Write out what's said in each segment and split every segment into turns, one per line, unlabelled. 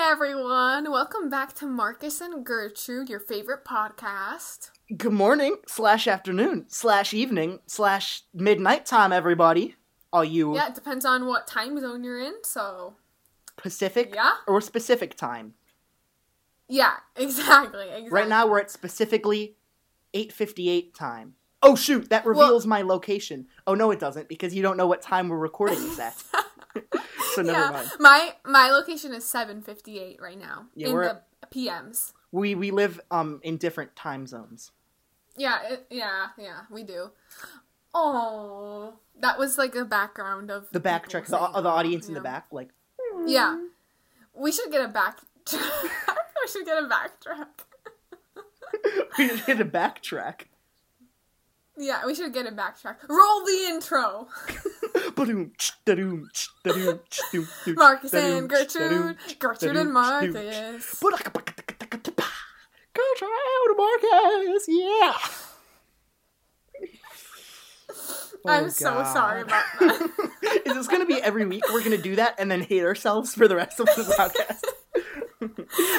everyone. Welcome back to Marcus and Gertrude, your favorite podcast.
Good morning, slash afternoon, slash evening, slash midnight time, everybody. Are you
Yeah, it depends on what time zone you're in, so.
Pacific
Yeah?
or specific time?
Yeah, exactly. exactly.
Right now we're at specifically 8:58 time. Oh shoot, that reveals my location. Oh no, it doesn't because you don't know what time we're recording this at. so never
yeah,
mind.
my my location is 7:58 right now
Yeah,
in
we're
the
at-
PMs.
We we live um in different time zones.
Yeah, it, yeah, yeah, we do. Oh, that was like a background of
The
people
backtrack, the,
saying,
the audience in
yeah.
the back, like
Yeah, we should get a back. we should get a backtrack.
we did a backtrack.
Yeah, we should get a backtrack. Roll the intro.
Ba-doom, ch-da-doom, ch-da-doom, ch-doom, doom,
Marcus
da-doom,
and
ch-da-doom,
Gertrude. Gertrude and
ch-da-doom, ch-da-doom,
Marcus.
Ba-da-ka-ba-ka-ta-ka-ta-pa. Go try out Marcus, yeah.
I'm
Oh,
so
God.
sorry about that.
Is this gonna be every week? We're gonna do that and then hate ourselves for the rest of the podcast.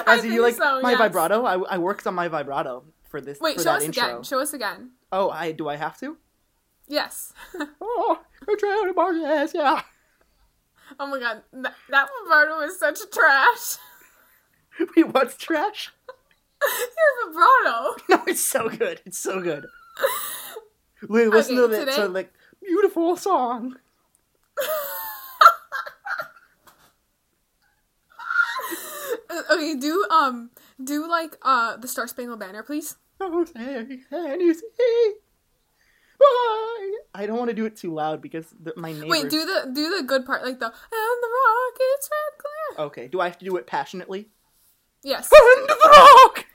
I
As
think
you like
so,
my
yes.
vibrato, I, I worked on my vibrato for this.
Wait,
for
show
that
us
intro.
again. Show us again.
Oh, I do I have to?
Yes.
Oh, go try out Marcus, yeah.
Oh my god, that, that vibrato is such trash.
We what's trash?
Your vibrato.
No, it's so good. It's so good. Li- Listen
Okay,
to the
today-
to like beautiful song.
Uh, Okay, do um do like uh the Star Spangled Banner, please.
Oh, say, can you see? Why? I don't want to do it too loud because the, my neighbors.
Wait, do the do the good part, like the and the rockets red glare.
Okay, do I have to do it passionately?
Yes.
End of the rock.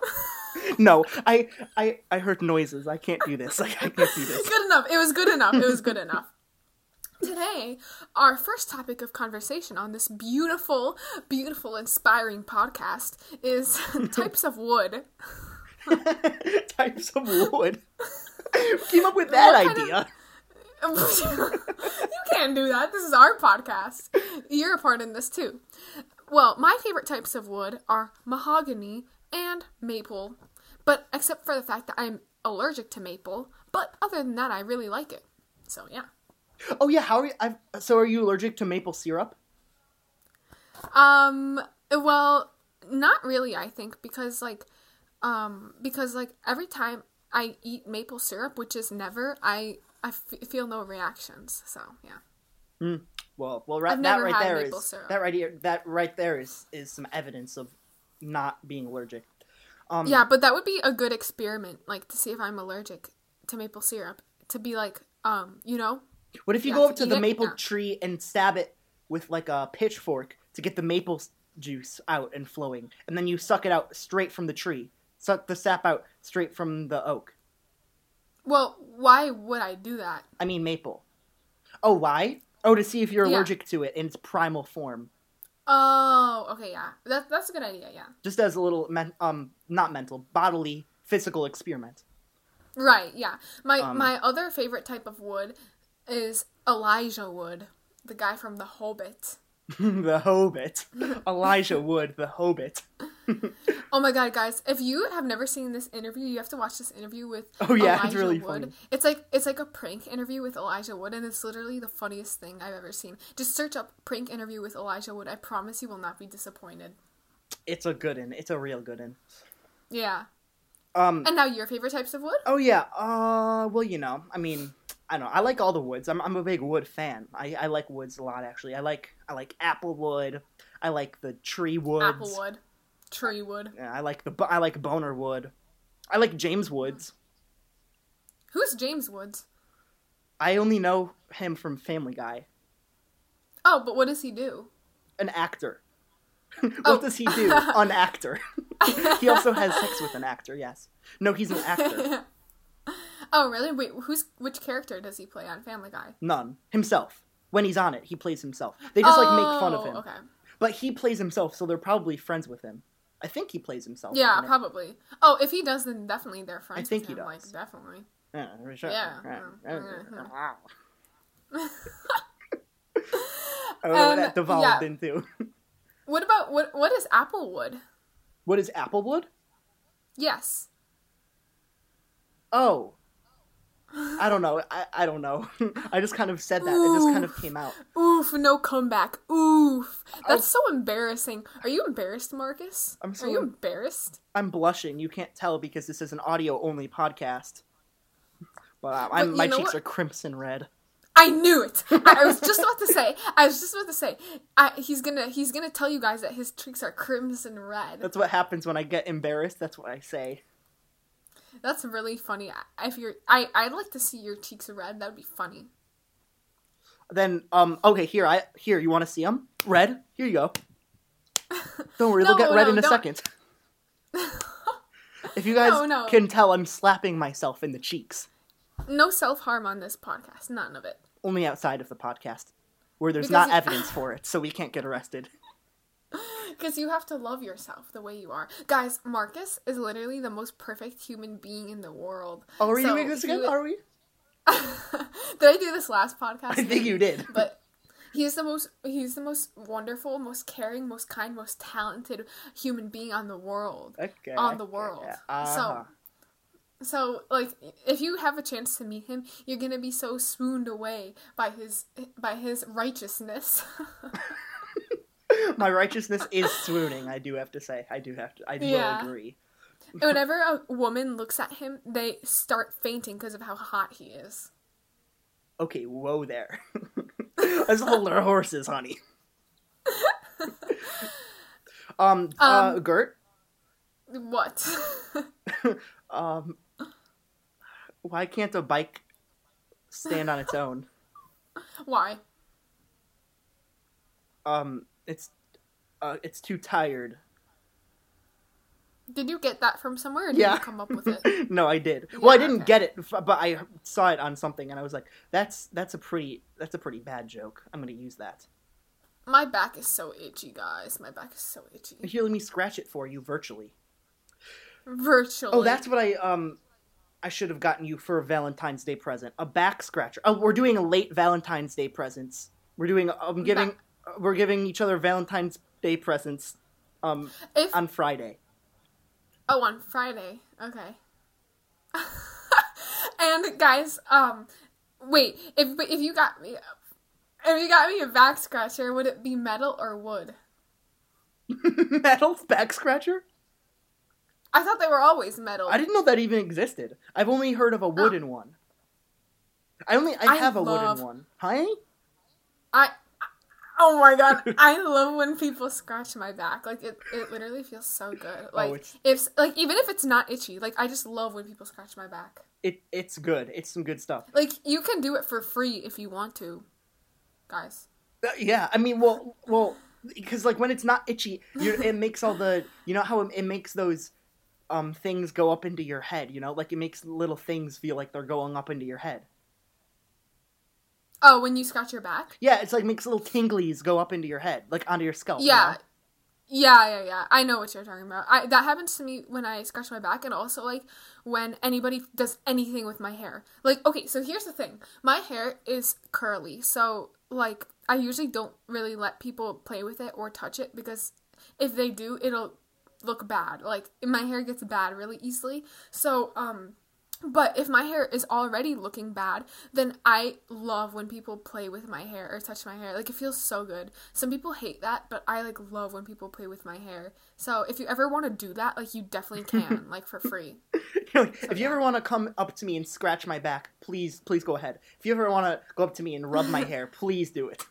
no, I, I, I heard noises. I can't do this. Like I can't do this.
good enough. It was good enough. It was good enough. Today, our first topic of conversation on this beautiful, beautiful, inspiring podcast is types of wood.
Types of wood. Came up with that
What kind of-
idea.
you can't do that. This is our podcast. You're a part in this too. Well, my favorite types of wood are mahogany and maple, but except for the fact that I'm allergic to maple. But other than that, I really like it. So yeah.
Oh yeah, how are you? I've, so are you allergic to maple syrup?
Um. Well, not really. I think because like, um, because like every time I eat maple syrup, which is never, I I f- feel no reactions. So yeah.
Well, well, right,
I've
that
never
right
had
there
maple
is
syrup.
that right here, that right there is is some evidence of not being allergic. Um,
Yeah, but that would be a good experiment, like to see if I'm allergic to maple syrup. To be like, um, you know,
What if you
yeah,
go
to
up to
eat
the
it,
maple
yeah.
tree and stab it with like a pitchfork to get the maple s- juice out and flowing, and then you suck it out straight from the tree, suck the sap out straight from the oak.
well, why would I do that?
I mean maple. Oh, why? Oh, to see if you're
Yeah.
allergic to it in its primal form.
Oh, okay, yeah, that that's a good idea. Yeah,
Just as a little, men- um, not mental, bodily, physical experiment.
right. Yeah, my
Um,
my other favorite type of wood is Elijah wood, the guy from The Hobbit.
the Hobbit, Elijah Wood, the Hobbit.
Oh my god, guys! If you have never seen this interview, you have to watch this interview with.
Oh, yeah, it's
Elijah
really
Wood.
funny.
It's like it's like a prank interview with Elijah Wood, and it's literally the funniest thing I've ever seen. Just search up prank interview with Elijah Wood. I promise you will not be disappointed.
It's a good one. It's a real good one.
Yeah.
Um.
And now your favorite types of wood?
Oh yeah. Uh. Well, you know. I mean, I don't know. I like all the woods. I'm I'm a big wood fan. I I like woods a lot actually. I like I like apple wood. I like the tree woods.
Apple wood, tree wood.
Yeah, I like the bo- I like boner wood. I like James Woods.
Who's James Woods?
I only know him from Family Guy.
Oh, but what does he do?
An actor. what
Oh.
does he do? An actor. he also has sex with an actor. Yes. No, he's an actor.
oh, really? Wait, who's which character does he play on Family Guy?
None. Himself. When he's on it, he plays himself. They just like make fun of
Oh,
him.
Okay.
But he plays himself, so they're probably friends with him. I think he plays himself.
Yeah,
in it.
probably. Oh, if he does, then definitely they're friends.
think
with
he
him,
does.
Like, definitely.
Yeah, for sure.
Yeah. Uh-huh.
Wow. I don't know what that
Um,
devolved
yeah.
into.
What about what? What is apple wood?
What is applewood?
Yes.
Oh. I don't know. I, I don't know. I just kind of said that. It just kind of came out.
Oof! No comeback. Oof! That's so embarrassing. Are you embarrassed, Marcus?
Oh. I'm so
Are you
em-
embarrassed?
I'm blushing. You can't tell because this is an audio only podcast. But I-
But
I'm,
you
my
know
cheeks
what?
are crimson red.
I knew it. I, I was just about to say. I was just about to say. I, he's gonna. He's gonna tell you guys that his cheeks are crimson red.
That's what happens when I get embarrassed. That's what I say.
That's really funny. I- If you're, I, I'd like to see your cheeks red. That'd be funny.
Then um okay here I here you want to see them red here you go. Don't worry,
No,
they'll get red
no,
in a
don't.
second. if you guys
No, no.
can tell, I'm slapping myself in the cheeks.
No self harm on this podcast. None of it.
Only outside of the podcast, where there's
Because
not
you-
evidence for it, so we can't get arrested.
Because you have to love yourself the way you are. Guys, Marcus is literally the most perfect human being in the world.
Oh, are we
So
doing this
he
again?
would-
Are we?
Did I do this last podcast?
I think you did.
But he's the most he's the most wonderful, most caring, most kind, most talented human being on the world.
Okay.
on the world.
Uh-huh.
So, like, if you have a chance to meet him, you're gonna be so swooned away by his by his righteousness.
My righteousness is swooning. I do have to say. I do have to. I will
Yeah.
agree.
Whenever a woman looks at him, they start fainting because of how hot he is.
Okay, whoa there. Let's hold our horses, honey. um, uh, Gert,
What?
um, why can't a bike stand on its own?
Why?
Um, it's, uh, it's too tired.
Did you get that from somewhere? Or did
Yeah.
you come up with it?
no, I did. well, I
Yeah,
didn't
okay.
get it, f- but I saw it on something, and I was like, "That's that's a pretty that's a pretty bad joke. I'm gonna use that."
My back is so itchy, guys. My back is so itchy.
Here, let me scratch it for you virtually.
Virtually.
Oh, that's what I um I should have gotten you for a Valentine's Day present. A back scratcher. Oh, we're doing a late Valentine's Day presents. We're doing I'm giving
Back-
uh, we're giving each other Valentine's Day presents um
if
on Friday.
oh on Friday. Okay. and guys, um, wait. If if you got me, if you got me a back scratcher, would it be metal or wood?
Metal back scratcher?
I thought they were always metal.
I didn't know that even existed. I've only heard of a wooden one. I only I,
I
have a
love-
wooden one. Hi?
I oh my god, I love when people scratch my back. Like it, it literally feels so good. Like
it's-
if like even if it's not itchy, like I just love when people scratch my back.
It it's good. It's some good stuff.
Like you can do it for free if you want to, guys.
Uh, Yeah, I mean, well, well, because like when it's not itchy, you're, it makes all the you know how it, it makes those um things go up into your head. You know, like it makes little things feel like they're going up into your head.
Oh, when you scratch your back?
Yeah, it's like makes little tinglies go up into your head, like onto your scalp. you
Yeah.
know?
Yeah, yeah, yeah. I know what you're talking about. I, that happens to me when I scratch my back, and also like when anybody does anything with my hair. Like, okay, so here's the thing: my hair is curly, so like I usually don't really let people play with it or touch it because if they do, it'll look bad. Like my hair gets bad really easily. So, um, But if my hair is already looking bad, then I love when people play with my hair or touch my hair. Like it feels so good. Some people hate that, but I like love when people play with my hair. So if you ever want to do that, like you definitely can, like for free.
You're like, if you ever want to come up to me and scratch my back, please, please go ahead. If you ever want to go up to me and rub my hair, please do it.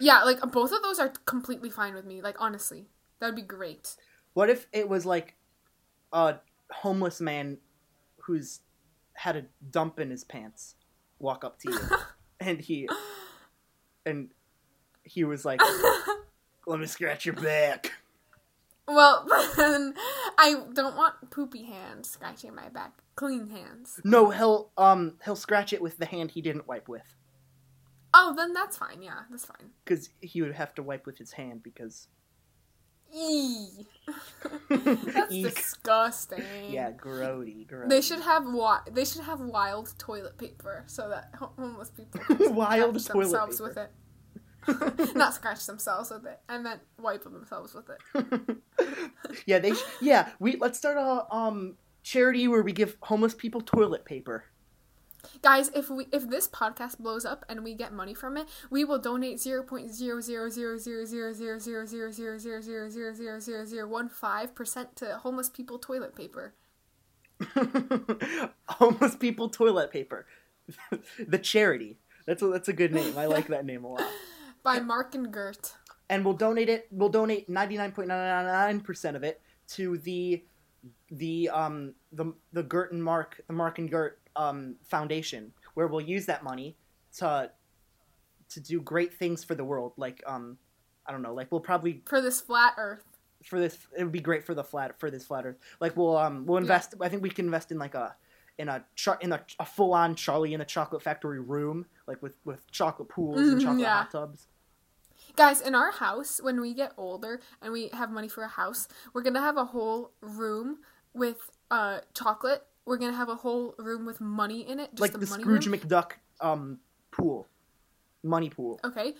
Yeah, like both of those are completely fine with me. Like honestly, that would be great.
What if it was like a homeless man who's had a dump in his pants walk up to you and he and he was like let me scratch your back.
Well, then I don't want poopy hands scratching my back. Clean hands.
No, he'll um he'll scratch it with the hand he didn't wipe with
Oh, then that's fine. Yeah, that's fine.
cuz he would have to wipe with his hand because
Eee. That's
Eek.
disgusting.
yeah, grody, grody.
They should have wi- they should have wild toilet paper so that ho- homeless people can
Wild
catch
toilet
themselves
paper.
with it. Not scratch themselves with it. I meant wipe themselves with it.
yeah, they. Sh- yeah, we let's start a um charity where we give homeless people toilet paper.
Guys, if we if this podcast blows up and we get money from it, we will donate zero point zero zero zero zero zero zero zero zero zero zero zero zero zero zero zero one five percent to homeless people toilet paper.
homeless people toilet paper, the charity. That's a, that's a good name. I like that name a lot.
By Mark and Gert.
And we'll donate it. We'll donate ninety nine point nine nine nine percent of it to the the um the the Gert and Mark the Mark and Gert um foundation where we'll use that money to to do great things for the world. Like um I don't know. Like we'll probably
For this flat earth.
for this it would be great for the flat for this flat earth like we'll um we'll invest i think we can invest in like a in a char- in a, a full-on charlie in the chocolate factory room like with with chocolate pools and
Mhm,
chocolate
yeah.
hot tubs
Guys, in our house, when we get older and we have money for a house, we're gonna have a whole room with uh chocolate. We're gonna have a whole room with money in it. Just
like
the,
the
money
scrooge
room.
mcduck um pool money pool
Okay.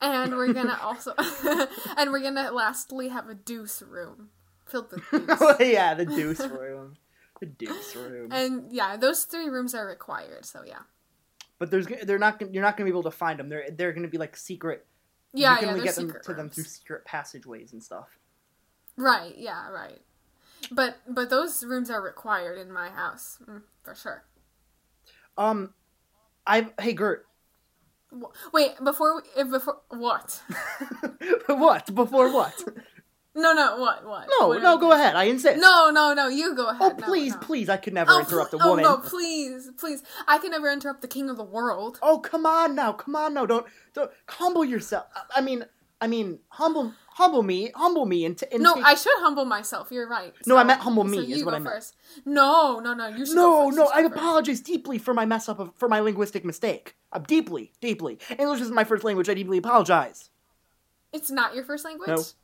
And we're gonna also and we're gonna lastly have a deuce room filled with deuce.
yeah the deuce room the deuce room
and yeah, those three rooms are required, so yeah.
but there's g- they're not gonna- you're not gonna be able to find them they're they're gonna be like secret
Yeah,
you can
yeah,
only
they're
get them
secret
to them
rooms.
through secret passageways and stuff
Right, yeah, right. But but those rooms are required in my house, mm, for sure.
um i hey gert
Wh- Wait, before we, if before what?
what before what
No, no, what, what?
No,
What are
no,
you
go
doing?
ahead. I insist.
No, no, no, you go ahead.
Oh,
No,
please,
no.
please. I could never
Oh,
interrupt
pl-
a woman.
Oh
Oh,
no, please, please! I can never interrupt the king of the world.
Oh, come on now. Come on now. Don't, don't humble yourself. I- I mean, I mean, humble, humble me, humble me, and, t- and
No,
take-
I should humble myself. You're right.
No, I meant humble me,
So
is
you
what
go
I meant.
first. No, no, no. You should.
no,
go first.
no.
You should
I
go first.
apologize deeply for my mess up of, for my linguistic mistake. Uh, deeply, deeply. English is my first language. I deeply apologize.
It's not your first language.
No. Mm.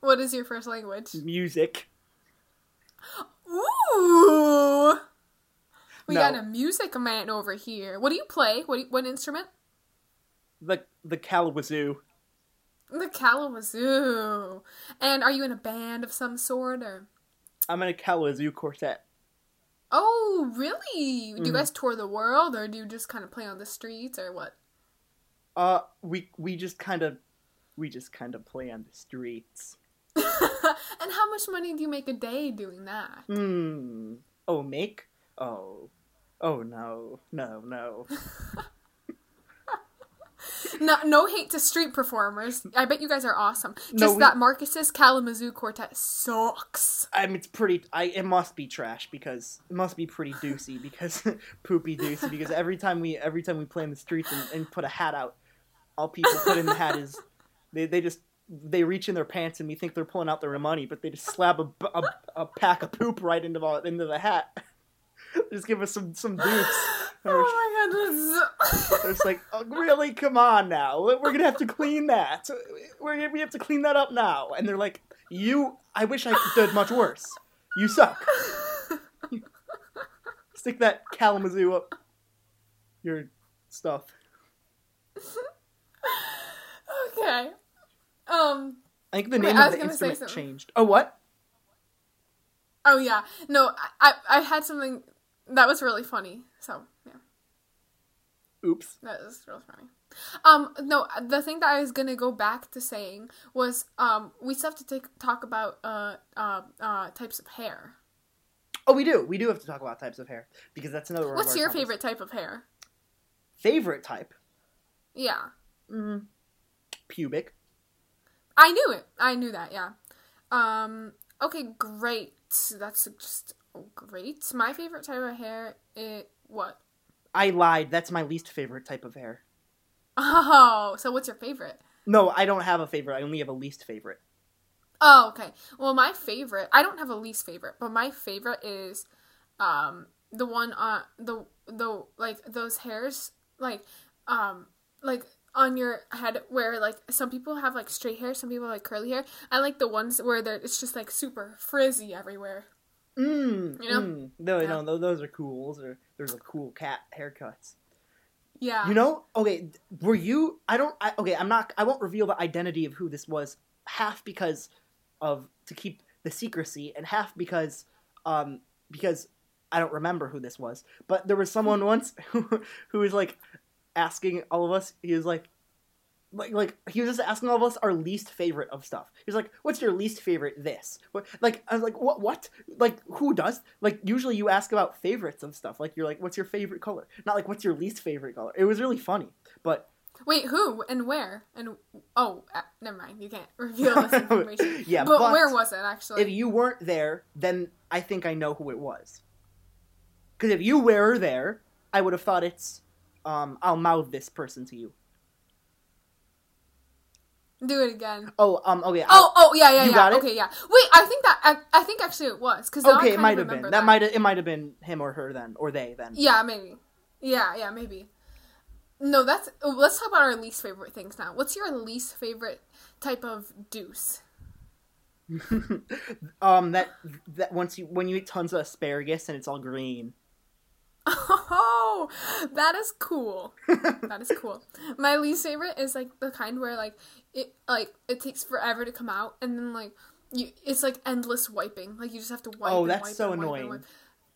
What is your first language?
Music.
Ooh. We
No.
got a music man over here. What do you play? What do you, what instrument?
The the Kalamazoo.
The Kalamazoo. And are you in a band of some sort or?
I'm in a Kalamazoo quartet.
Oh, really?
Mm-hmm.
Do you guys tour the world or do you just kind of play on the streets or what?
Uh, we we just kind of, we just kind of play on the streets.
and how much money do you make a day doing that?
Hmm. Oh, make? Oh. Oh, no. No, no.
No, no hate to street performers. I bet you guys are awesome. Just
No, we-
that Marcus's Kalamazoo quartet sucks.
I mean, it's pretty. I It must be trash because. It must be pretty deucey because. poopy deucey because every time we every time we play in the streets and, and put a hat out, all people put in the hat is. They, they just. They reach in their pants and we think they're pulling out their money, but they just slap a, b- a, a pack of poop right into, the- into the hat. just give us some, some deuce.
Oh my god, that's so-
It's like, oh, really? Come on now. We're gonna have to clean that. We're gonna, we have to clean that up now. And they're like, you. I wish I did much worse. You suck. Stick that Kalamazoo up your stuff.
okay. Um.
I think the
Wait,
name
I
of
was
the
gonna say
instrument
something.
changed. Oh, what?
Oh yeah. No, I I, I had something that was really funny. So yeah,
Oops.
that was really funny. Um. No, the thing that I was gonna go back to saying was um we still have to take, talk about uh uh uh types of hair.
Oh, we do. We do have to talk about types of hair because that's another. one of
What's
our
your
topics.
favorite type of hair?
Favorite type?
Yeah.
Mm, pubic.
I knew it. I knew that. Yeah. Um. Okay. Great. That's just oh, great. My favorite type of hair. It what?
I lied. That's my least favorite type of hair.
Oh. So what's your favorite?
No, I don't have a favorite. I only have a least favorite.
Oh. Okay. Well, my favorite. I don't have a least favorite, but my favorite is, um, the one on the the like those hairs like, um, like on your head where like some people have like straight hair, some people like curly hair. I like the ones where they're it's just like super frizzy everywhere.
Mm,
You know?
mm. No,
Yeah.
no, no, those are cool. Those are those are cool cat haircuts.
Yeah.
You know? Okay, were you I don't I, okay, I'm not I won't reveal the identity of who this was half because of to keep the secrecy and half because um because I don't remember who this was, but there was someone once who who was like asking all of us. He was like like like he was just asking all of us our least favorite of stuff. He was like, "What's your least favorite this?" What, like I was like, "What what?" Like who does? Like usually you ask about favorites of stuff. Like you're like, "What's your favorite color?" Not like, "What's your least favorite color?" It was really funny. But
Wait, who and where and oh, uh, never mind. You can't reveal this information.
Yeah,
but,
but
where was it actually?
if you weren't there, then I think I know who it was. Cuz if you were there, I would have thought it's um I'll mouth this person to you.
Do it again.
Oh, um okay. I'll-
Oh, oh, yeah, yeah,
You
yeah.
got it?
Okay, yeah. Wait, I think that I, I think actually it was because
okay, it might have been. That, might have it might have been him or her then or they then.
Yeah, maybe. Yeah, yeah, maybe. No, that's. oh, Let's talk about our least favorite things now. What's your least favorite type of deuce?
um that that once you when you eat tons of asparagus and it's all green
Oh, that is cool. that is cool. My least favorite is like the kind where like it like it takes forever to come out, and then like you, it's like endless wiping. Like you just have to wipe.
Oh,
and
that's
wipe
so
and wipe and
annoying.
wipe.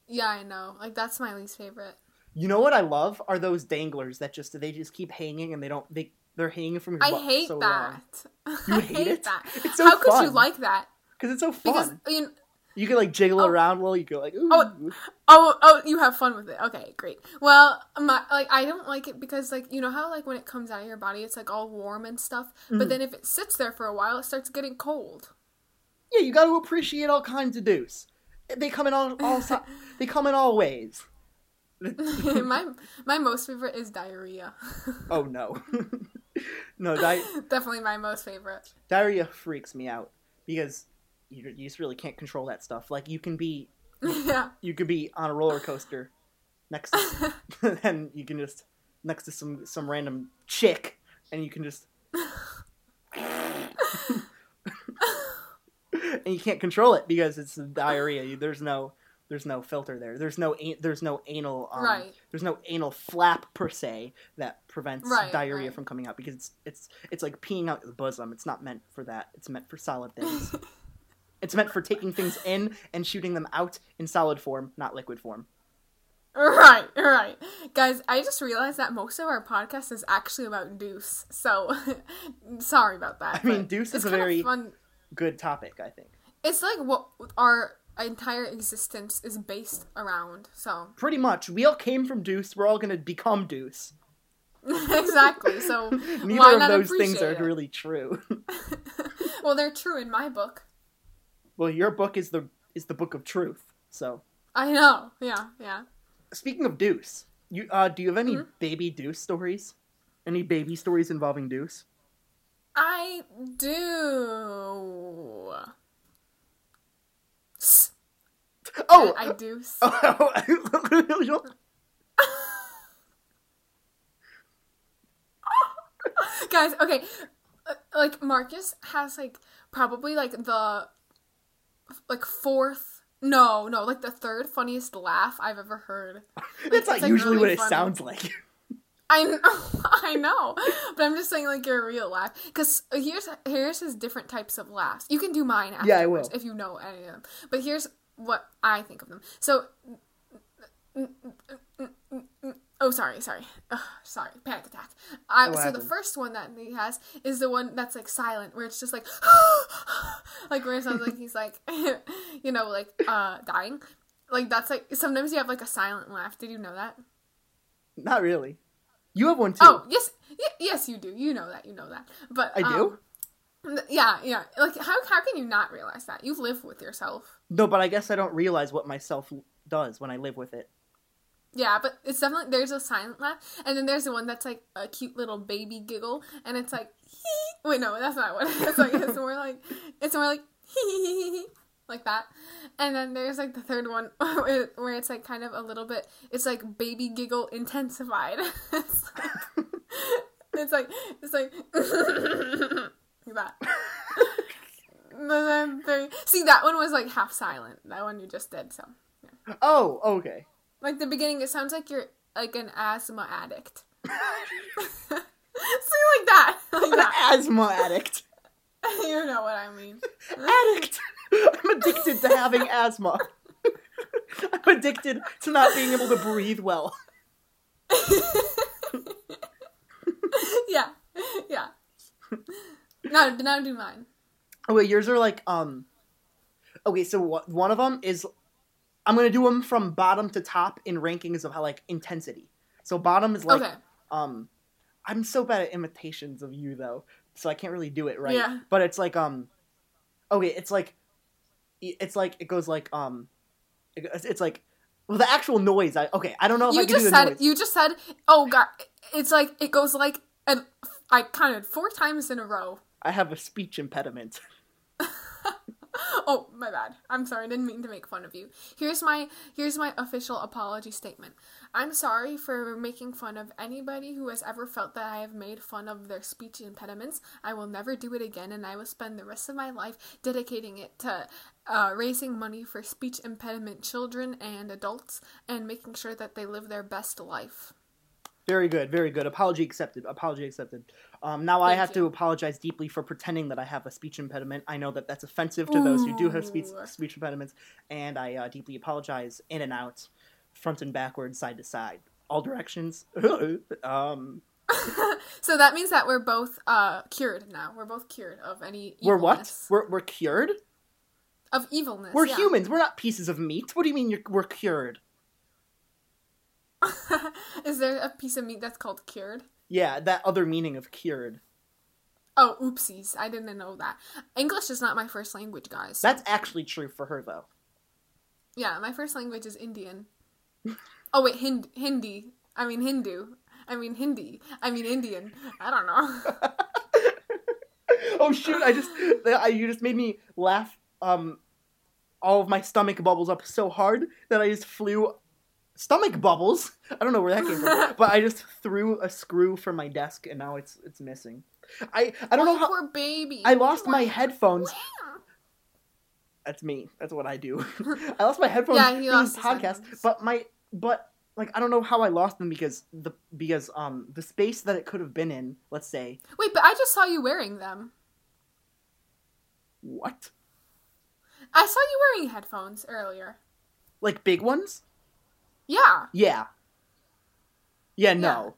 Yeah, I know. Like that's my least favorite.
you know what i love are those danglers that just they just keep hanging and they don't they they're hanging from your
I
butt
hate
so long
that.
You
I
hate
hate
it?
that.
It's so
How could you
fun.
like that?
because it's so
Because
fun
you know,
you can like jiggle
Oh.
around while you go like ooh
Oh. Oh, oh, you have fun with it. Okay, great. Well, my like I don't like it because like you know how like when it comes out of your body, it's like all warm and stuff. But
Mm.
then if it sits there for a while, it starts getting cold.
yeah you got to appreciate all kinds of deuce they come in all all si- they come in all ways
my my most favorite is diarrhea.
oh no no di-
Definitely my most favorite.
diarrhea freaks me out because you, you just really can't control that stuff like you can be
yeah.
you could be on a roller coaster next to and you can just next to some some random chick and you can just and you can't control it because it's diarrhea You- there's no there's no filter there there's no an- there's no anal um,
Right.
there's no anal flap per se that prevents
Right,
diarrhea
right.
from coming out because it's it's it's like peeing out the bosom it's not meant for that it's meant for solid things it's meant for taking things in and shooting them out in solid form, not liquid form.
Right, right. Guys, I just realized that most of our podcast is actually about Deuce. So sorry about that.
I mean,
but
Deuce
it's
is a
kind of
very-
fun
Good topic, I think.
it's like what our entire existence is based around. So
Pretty much, we all came from Deuce. We're all gonna become Deuce.
exactly. So
Neither
why
of
not
those
appreciate
things are
it?
really true.
well, they're true in my book.
well, your book is the is the book of truth. So,
I know. Yeah, yeah.
speaking of Deuce, you uh, do you have any
Mm-hmm.
baby Deuce stories? Any baby stories involving Deuce?
I do.
Oh,
I do. s- Guys, okay. Uh, Like Marcus has like probably like the like fourth no, no, like the third funniest laugh I've ever heard.
that's not
like
usually
really
what it
funny.
sounds like.
I know, I know, but I'm just saying like your real laugh. Because here's here's his different types of laughs. You can do mine afterwards
Yeah, I will.
if you know any of them. But here's what I think of them. So, oh sorry, sorry, Ugh, sorry, panic attack. I,
What
so the
happened?
first one that he has is the one that's like silent, where it's just like, like where it sounds like he's like, you know, like uh dying. Like that's like sometimes you have like a silent laugh. Did you know that?
Not really. You have one too.
Oh yes, y- yes you do. You know that. You know that. But
I do.
um, th- yeah, yeah. Like how how can you not realize that? You live with yourself.
No, but I guess I don't realize what myself does when I live with it.
Yeah, but it's definitely there's a silent laugh, and then there's the one that's like a cute little baby giggle, and it's like wait no, that's not what it's like. It's more like it's more like like that, and then there's like the third one where, where it's like kind of a little bit. It's like baby giggle intensified. it's like it's like it's like like that. And then there- See that one was like half silent. That one you just did so.
Oh, okay.
Like the beginning, it sounds like you're like an asthma addict. See, like that, like
An
that.
asthma addict.
you know what I mean.
Addict. I'm addicted to having asthma. I'm addicted to not being able to breathe well.
yeah, yeah. No, now do mine.
Oh wait, yours are like um. Okay, so wha- one of them is, I'm gonna do them from bottom to top in rankings of how like intensity. So bottom is like
okay,
um, I'm so bad at imitations of you though, so I can't really do it right.
Yeah.
But it's like um, okay, it's like, it's like it goes like um, it goes- it's like, well the actual noise. I okay, I don't know if I
you
can do
just
the
said
noise.
you just said. Oh god, it's like it goes like and I counted four times in a row.
I have a speech impediment.
Oh, my bad. I'm sorry. I didn't mean to make fun of you. Here's my here's my official apology statement. I'm sorry for making fun of anybody who has ever felt that I have made fun of their speech impediments. I will never do it again, and I will spend the rest of my life dedicating it to uh, raising money for speech impediment children and adults, and making sure that they live their best life.
Very good, very good. Apology accepted. Apology accepted. Um, now I
Thank
have
you.
to apologize deeply for pretending that I have a speech impediment. I know that that's offensive to those who do have speech
Ooh.
speech impediments, and I uh, deeply apologize in and out, front and backward, side to side, all directions. um,
So that means that we're both uh, cured now. We're both cured of any evilness.
we're what? We're we're cured.
of evilness.
We're
yeah.
humans. We're not pieces of meat. What do you mean you're, we're cured?
Is there a piece of meat that's called cured?
Yeah, that other meaning of cured.
Oh, oopsies. I didn't know that. English is not my first language, guys.
That's actually true for her though.
yeah, my first language is Indian. oh, wait, Hind- Hindi. I mean, Hindu. I mean, Hindi. I mean, Indian. I don't know.
oh shoot! I just I, you just made me laugh. Um, all of my stomach bubbles up so hard that I just flew stomach bubbles. I don't know where that came from, but I just threw a screw from my desk and now it's it's missing. I I don't know how
Poor baby.
I lost my
Wow.
headphones.
Wow.
That's me. That's what I do. I lost my headphones
Yeah, he
yeah,
lost his
this podcast,
headphones.
but my but like I don't know how I lost them because the because um the space that it could have been in, let's say,
Wait, but I just saw you wearing them.
what?
I saw you wearing headphones earlier.
Like big ones?
Yeah.
Yeah. Yeah, no.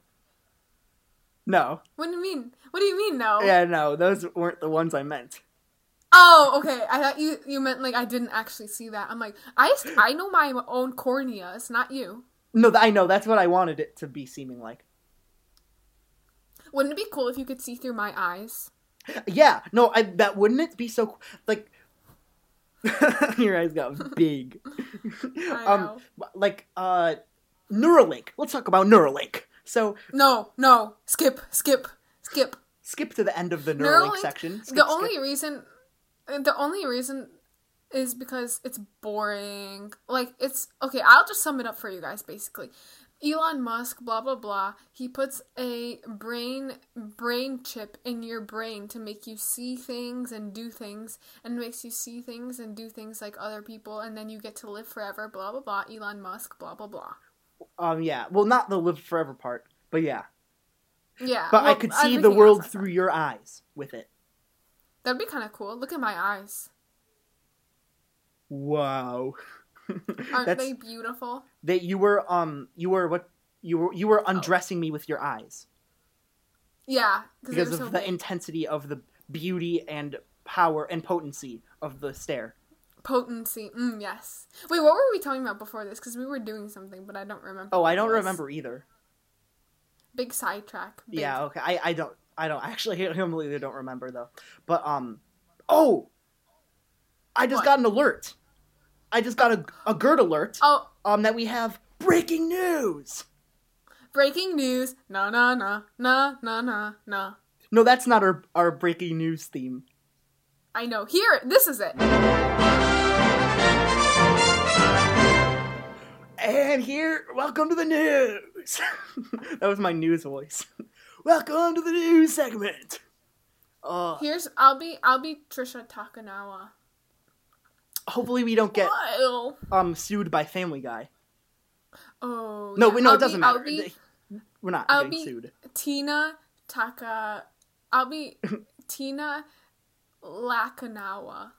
No.
What do you mean? What do you mean, no?
Yeah, no. Those weren't the ones I meant.
Oh, okay. I thought you you meant like I didn't actually see that. I'm like, I just, I know my own corneas, not you.
No, th- I know. That's what I wanted it to be seeming like.
Wouldn't it be cool if you could see through my eyes?
Yeah. No, I that wouldn't it be so like your eyes got big.
I
Um,
know.
but, like uh Neuralink. Let's talk about Neuralink. So,
No, no. Skip, skip, skip.
skip to the end of the Neuralink,
Neuralink-
section. Skip,
the
skip.
only reason the only reason is because it's boring. Like it's okay, I'll just sum it up for you guys basically. Elon Musk, blah blah blah, he puts a brain brain chip in your brain to make you see things and do things and makes you see things and do things like other people and then you get to live forever, blah blah blah, Elon Musk, blah blah blah.
um yeah. Well, not the live forever part, but yeah.
Yeah.
But I
Uh, well,
could see the
everything
world
else-
through your eyes with it.
That'd be kind of cool. Look at my eyes.
Wow.
Aren't
That's
they beautiful?
that you were um you were what you were you
Oh.
were undressing me with your eyes
Yeah, they're
because of
so
the
big.
intensity of the beauty and power and potency of the stare.
potency. Mm, yes. Wait, what were we talking about before this? Because we were doing something, but I don't remember.
Oh,
what
I
it
don't
was.
remember either.
Big sidetrack. Big.
Yeah, okay. I I don't I don't actually I completely don't remember though. But um oh I just
What?
got an alert. I just got a a GERD alert
Oh,
um that we have breaking news.
breaking news. Na na na na na na na.
No, that's not our our breaking news theme.
I know. Here, this is it.
And here, welcome to the news. that was my news voice. welcome to the news segment. Uh,
Here's. I'll be. I'll be Trisha Takanawa.
hopefully we don't get
Well.
um sued by Family Guy.
Oh.
No,
yeah.
we- no,
Oh, I'll
it doesn't
be,
matter.
I'll be,
We're not
I'll
getting
be-
sued.
Tina Taka. I'll be Tina Lakanawa.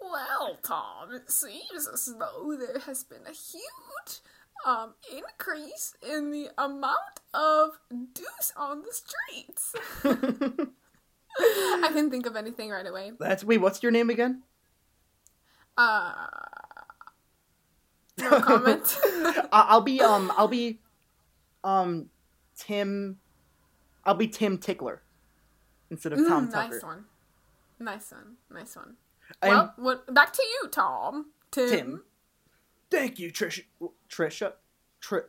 Well, Tom, it seems as though there has been a huge um, increase in the amount of deuce on the streets. I can think of anything right away.
That's wait. What's your name again?
Uh, no comment.
I- I'll be um. I'll be um. Tim. I'll be Tim Tickler instead of Tom
Mm,
Tucker.
nice one. Nice one. Nice one.
I'm-
well, mm-hmm. what, back to you, Tom. Tim.
Tim. Thank you, Trisha. Trisha. Tri-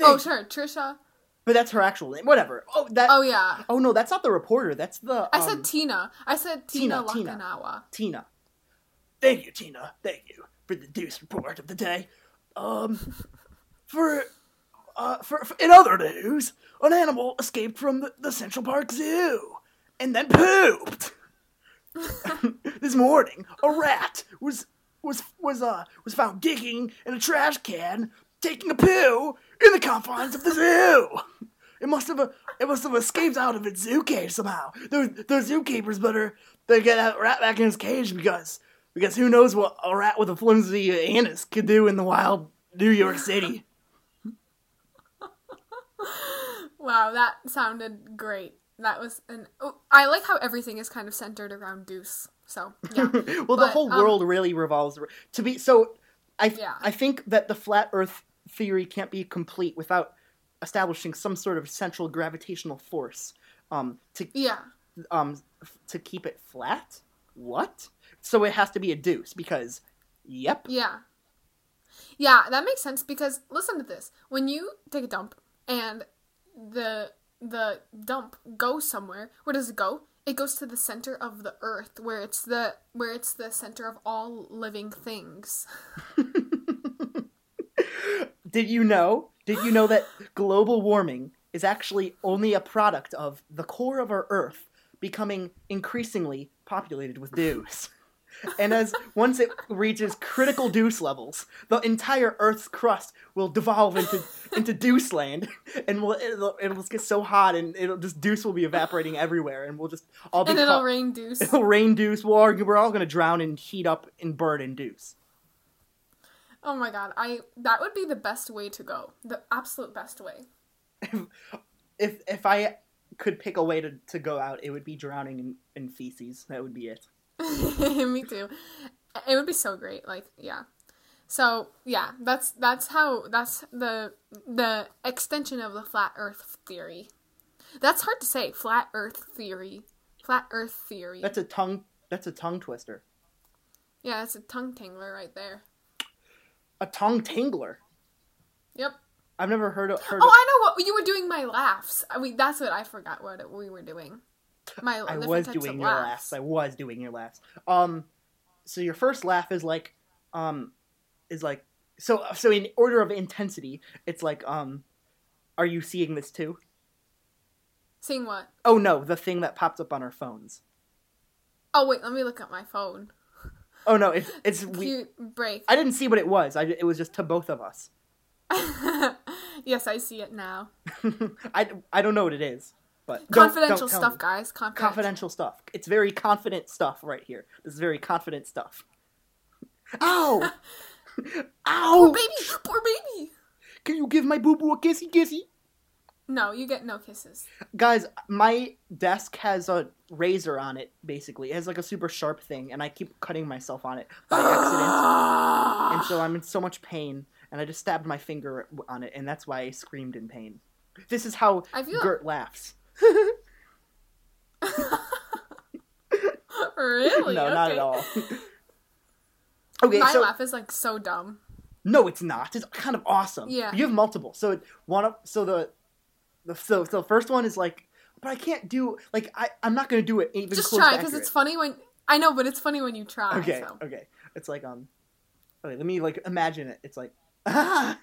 Oh,
thank-
sure. Trisha.
but that's her actual name. Whatever. Oh, that.
Oh,
Oh,
yeah.
no, that's not the reporter. That's the.
I
um,
said Tina. I said Tina,
Tina, Tina.
Lakanawa.
Tina. Thank you, Tina. Thank you for the deuce report of the day. Um, for, uh, for, for in other news, an animal escaped from the, the Central Park Zoo and then pooped. this morning, a rat was was was uh was found gigging in a trash can, taking a poo in the confines of the zoo. It must have it must have escaped out of its zoo cage somehow. The the zookeepers better they get that rat back in his cage because because who knows what a rat with a flimsy anus could do in the wild New York City.
Wow, that sounded great. That was an. Oh, I like how everything is kind of centered around Deuce. So yeah,
well, the
But,
whole
um,
world really revolves ar- to be so. I
Yeah.
I think that the flat Earth theory can't be complete without establishing some sort of central gravitational force um, to
yeah,
um f- to keep it flat. What? So it has to be a deuce because, yep,
yeah, yeah. That makes sense because listen to this: when you take a dump and the the dump goes somewhere, where does it go? It goes to the center of the Earth, where it's the where it's the center of all living things.
Did you know? Did you know that global warming is actually only a product of the core of our Earth becoming increasingly populated with dews? And as once it reaches critical deuce levels, the entire Earth's crust will devolve into into deuce land, and we'll, it'll it'll just get so hot, and it'll just deuce will be evaporating everywhere, and we'll just all be
And it'll
caught-
rain Deuce.
it'll rain deuce. We'll argue, we're all gonna drown and heat up and burn in deuce.
Oh my god, I that would be the best way to go. The absolute best way.
if if I could pick a way to, to go out, it would be drowning in, in feces. That would be it.
Me too. It would be so great. Like, yeah. So yeah, that's that's how that's the the extension of the flat Earth theory. That's hard to say. Flat Earth theory. Flat Earth theory.
That's a tongue that's a tongue twister.
yeah, that's a tongue tangler right there.
A tongue tingler.
Yep.
I've never heard of heard
Oh,
of,
I know what you were doing. My laughs. I mean, that's what I forgot. What we were doing. My
I
different
was
types of
doing your laughs. I was doing your laughs. Um so your first laugh is like um is like so so in order of intensity, it's like um are you seeing this too?
Seeing what?
Oh no, the thing that popped up on our phones.
Oh wait, let me look at my phone.
Oh no, it's it's we
Cute break.
I didn't see what it was. I, it was just to both of us.
yes, I see it now.
I, I don't know what it is, but don't-
confidential
don't tell
stuff,
me.
guys. Confidential.
Confidential stuff. It's very confident stuff right here. This is very confident stuff. Ow! Ow!
Baby, poor baby.
Can you give my boo boo a kissy kissy?
No, you get no kisses.
Guys, my desk has a razor on it. Basically, it has like a super sharp thing, and I keep cutting myself on it by accident, and so I'm in so much pain. And I just stabbed my finger on it, and that's why I screamed in pain. This is how
I feel-
Gert laughs.
really?
No, not at
Okay.
all. okay,
My
so
laugh is like so dumb.
no, it's not. It's kind of awesome.
Yeah.
you have multiple. So it, one of so the the so so the first one is like, but I can't do like I I'm not gonna do it even
Just
close
try
to
because it's
accurate.
funny when I know, but it's funny when you try.
Okay,
so.
okay. It's like um, okay. Let me like imagine it. It's like ah.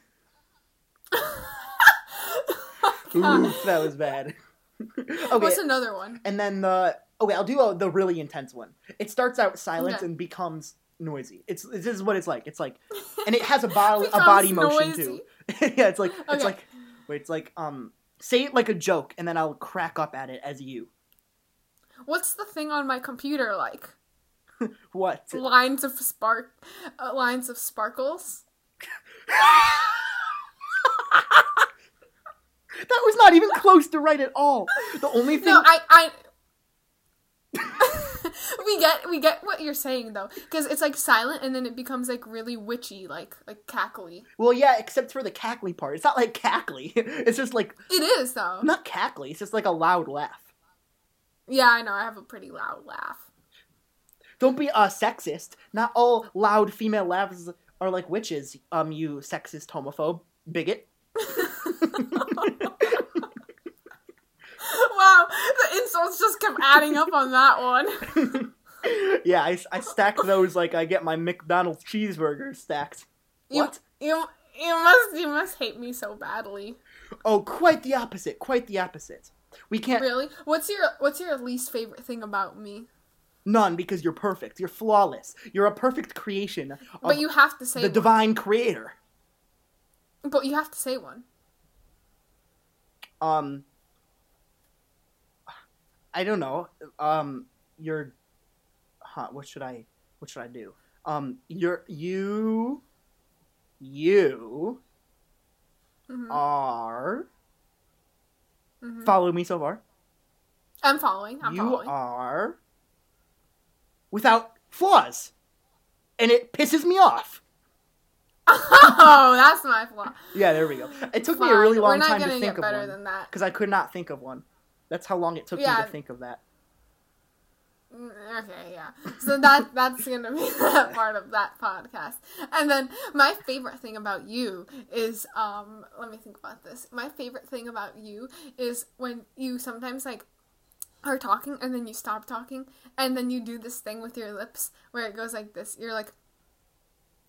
Oof, that was bad. okay,
What's another one?
and then the okay, I'll do uh the really intense one. It starts out silent
Okay.
and becomes noisy. It's this is what it's like. It's like, and it has a body a
Because
body motion
noisy.
too. yeah, it's like
Okay.
it's like wait, it's like um say it like a joke, and then I'll crack up at it as you.
What's the thing on my computer like?
What?
Lines of spark, uh, lines of sparkles.
That was not even close to right at all. The only thing
No, I, I. we get we get what you're saying though, because it's like silent and then it becomes like really witchy, like like cackly.
well, yeah, except for the cackly part. It's not like cackly. It's just like
It is though.
not cackly. It's just like a loud laugh.
Yeah, I know. I have a pretty loud laugh.
Don't be uh, sexist. Not all loud female laughs are like witches. Um, you sexist homophobe bigot.
Wow, the insults just kept adding up on that one.
Yeah, I, I stack those like I get my McDonald's cheeseburger stacked.
You-
What?
You you must you must hate me so badly.
Oh, quite the opposite. Quite the opposite. We can't
Really? What's your what's your least favorite thing about me?
none because you're perfect. You're flawless. You're a perfect creation of
But you have to say
the
one.
divine creator.
But you have to say one.
Um, I don't know. Um, you're. Huh, what should I? What should I do? Um, you're you. You
Mhm.
Uh, are.
Mhm.
Follow me so far.
I'm following. I'm
you
following.
are without flaws, and it pisses me off.
oh, that's my flaw.
Yeah, there we go. It took me a
Fine,
really
We're
long
not
time
gonna
to
get
think of
better
one
than that.
because I could not think of one. That's how long it took me
Yeah.
to think of that.
Mm, Okay, yeah. So that that's gonna be that part of that podcast. And then my favorite thing about you is um let me think about this. My favorite thing about you is when you sometimes like are talking and then you stop talking and then you do this thing with your lips where it goes like this. You're like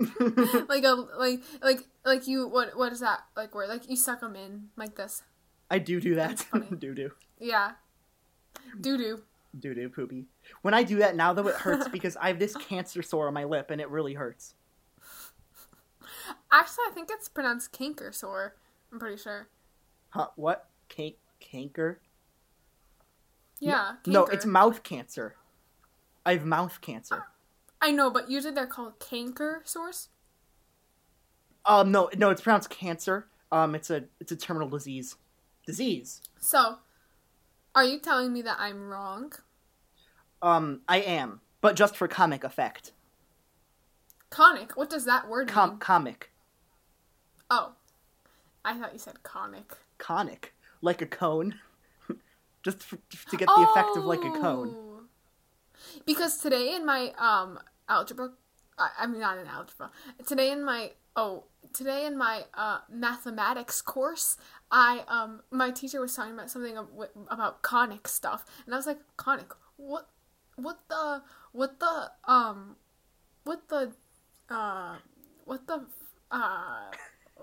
like a like like like you what what is that like where like you suck them in like this.
I do do that.
funny.
do do.
Yeah. Doo doo.
doo doo poopy. When I do that now, though, it hurts because I have this cancer sore on my lip and it really hurts.
Actually, I think it's pronounced canker sore. I'm pretty sure.
Huh? What? Can- canker?
Yeah.
No,
canker.
it's mouth cancer. I have mouth cancer.
I know, but usually they're called canker sores.
Um, no, no, it's pronounced cancer. Um, it's a it's a terminal disease. Disease.
So, are you telling me that I'm wrong?
Um, I am, but just for comic effect.
Conic. What does that word
Com
mean?
comic
Oh, I thought you said conic.
conic like a cone, just for, to get the effect of like a cone.
Oh. Because today in my um algebra, I, I mean not in algebra. Today in my oh today in my uh mathematics course, I um my teacher was talking about something ab- wi- about conic stuff, and I was like conic. What what the what the um what the uh what the uh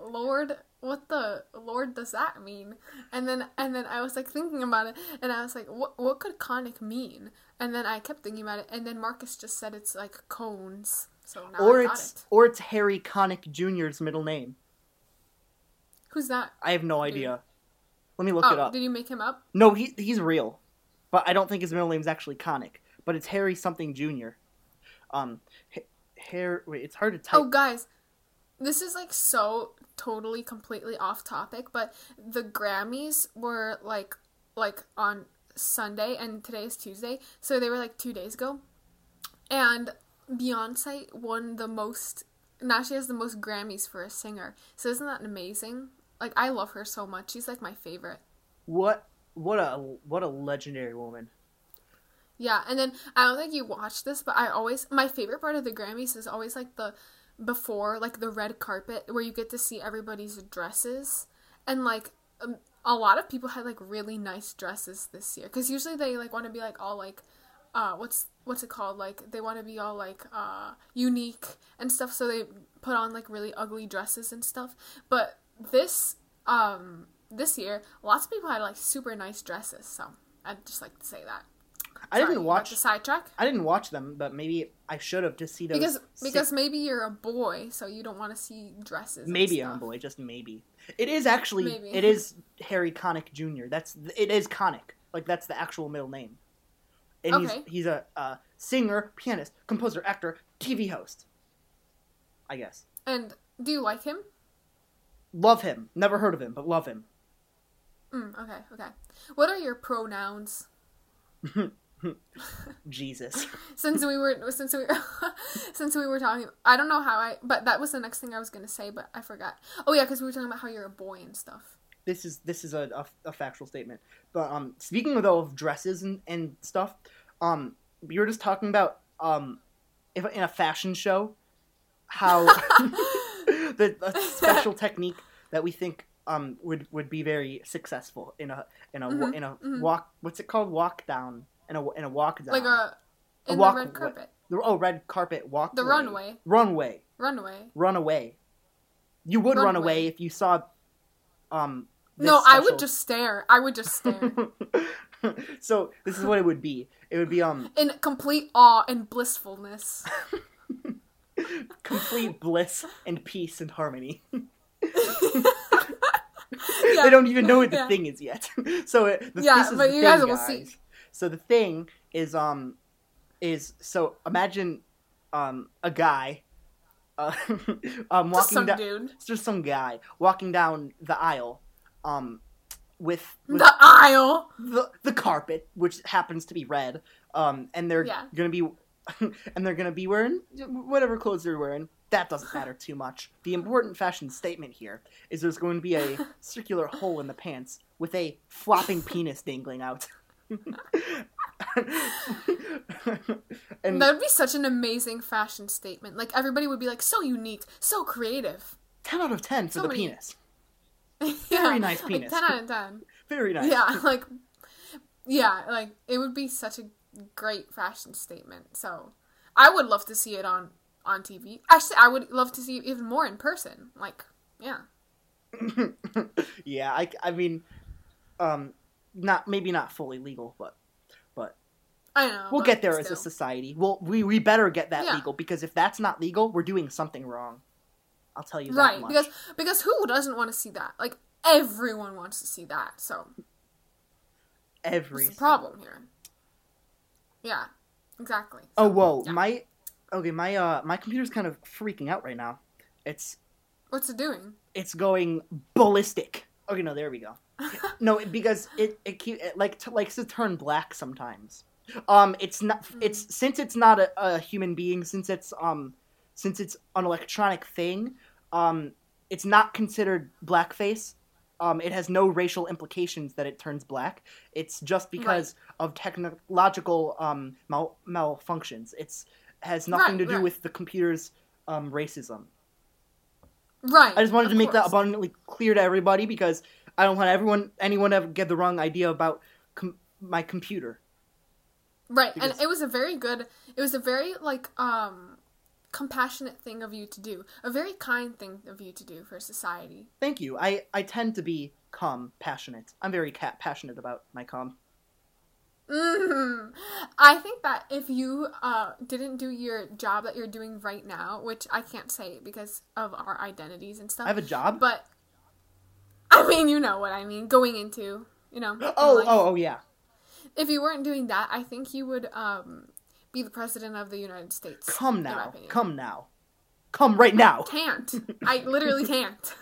lord what the lord does that mean and then and then i was like thinking about it and i was like what what could conic mean and then i kept thinking about it and then marcus just said it's like cones so Oh, now
Or
I got
it's
it.
or it's Harry Connick Jr.'s middle name.
who's that
I have no idea. Let me look it
Mm-hmm. oh
up.
did you make him up
No, he, he's real, but I don't think his middle name's actually Conic. But it's Harry something Junior. Um, H- Harry. Wait, it's hard to type.
Oh, guys, this is like so totally completely off topic, but the Grammys were like like on Sunday and today is Tuesday, so they were like two days ago, and Beyonce won the most. Now she has the most Grammys for a singer. So isn't that amazing? Like I love her so much. She's like my favorite.
What? What a what a legendary woman.
Yeah, and then I don't think you watched this, but I always my favorite part of the Grammys is always like the before like the red carpet where you get to see everybody's dresses and like um, a lot of people had like really nice dresses this year cuz usually they like want to be like all like uh what's what's it called like they want to be all like uh unique and stuff so they put on like really ugly dresses and stuff but this um this year lots of people had like super nice dresses so I'd just like to say that
I
Sorry,
didn't watch.
the sidetrack
I didn't watch them, but maybe I should have to see those.
because
sick-
because maybe you're a boy, so you don't want to see dresses. and
maybe
stuff.
I'm boy, just maybe. It is actually.
Maybe.
It is Harry Connick Jr. That's it is Connick. Like that's the actual middle name. And he's
Okay.
he's a uh, singer, pianist, composer, actor, TV host. I guess.
And do you like him?
Love him. Never heard of him, but love him.
Mm, okay, okay. What are your pronouns?
Jesus.
Since we were since we since we were talking, I don't know how I, but that was the next thing I was gonna say, but I forgot. Oh yeah, because we were talking about how you're a boy and stuff.
this is this is a, a, a factual statement. But um, speaking of though of dresses and, and stuff, um, you were just talking about um, if in a fashion show, how the a special technique that we think um would would be very successful in a in a
Mm-hmm,
wa- in a walk what's it called walk down in a in a walk down
Like a
A
in
walk-
the red carpet,
the, oh red carpet walk
The runway.
runway
runway.
run away. You would run
Runway.
away if you saw um. this
No, I would
special-
just stare. I would just stare
so this is what it would be. It would be um
in complete awe and blissfulness.
complete bliss and peace and harmony.
Yeah.
They don't even know what the
Yeah.
thing is yet. So it, the,
Yeah,
this is
but
the
you
thing,
guys will see.
guys. So the thing is um is so imagine um a guy uh, um walking
Just some
down
dude.
just some guy walking down the aisle um with, with
The aisle.
the the carpet, which happens to be red, um, and they're
Yeah.
gonna be and they're gonna be wearing whatever clothes they're wearing. That doesn't matter too much. The important fashion statement here is there's going to be a circular hole in the pants with a flopping penis dangling out. and
That would be such an amazing fashion statement. Like everybody would be like, so unique, so creative.
ten out of ten for
so
the
many-
penis. Very nice
like,
penis.
ten out of ten.
Very nice.
Yeah, like, yeah, like it would be such a great fashion statement. So I would love to see it on on TV. Actually, I would love to see it even more in person. Like, yeah,
yeah, I, I mean, um, not maybe not fully legal, but but
I know.
We'll
but
get there as a
still.
society. We'll, we we better get that
Yeah.
legal because if that's not legal, we're doing something wrong. I'll tell you that
right
much.
because because who doesn't want to see that? Like everyone wants to see that. So
every
it's the problem here. Yeah, exactly.
Oh whoa,
Yeah.
my okay, my uh my computer's kind of freaking out right now. It's
What's it doing?
it's going ballistic. Okay, no, there we go. no, it- because it it, keep, it like t- likes to turn black sometimes. Um, it's not.
Hmm.
It's since it's not a, a human being. Since it's um, since it's an electronic thing. Um, it's not considered blackface. Um, it has no racial implications that it turns black. It's just because of technological um, mal- malfunctions. It's has nothing
Right,
to do
right.
with the computer's um, racism.
Right.
I just wanted
of
to make that
course.
abundantly clear to everybody because I don't want everyone anyone to ever get the wrong idea about com- my computer.
Right,
because-
and it was a very good. It was a very like um compassionate thing of you to do. A very kind thing of you to do for society.
Thank you. I I tend to be calm, passionate. I'm very ca- passionate about my calm.
Mhm. I think that if you uh didn't do your job that you're doing right now, which I can't say because of our identities and stuff.
I have a job.
but I mean, you know what I mean. Going into you know.
oh
life.
oh oh yeah.
If you weren't doing that, I think you would um be the president of the United States.
Come
in my
now.
opinion.
Come now. Come right now.
can't. I literally can't.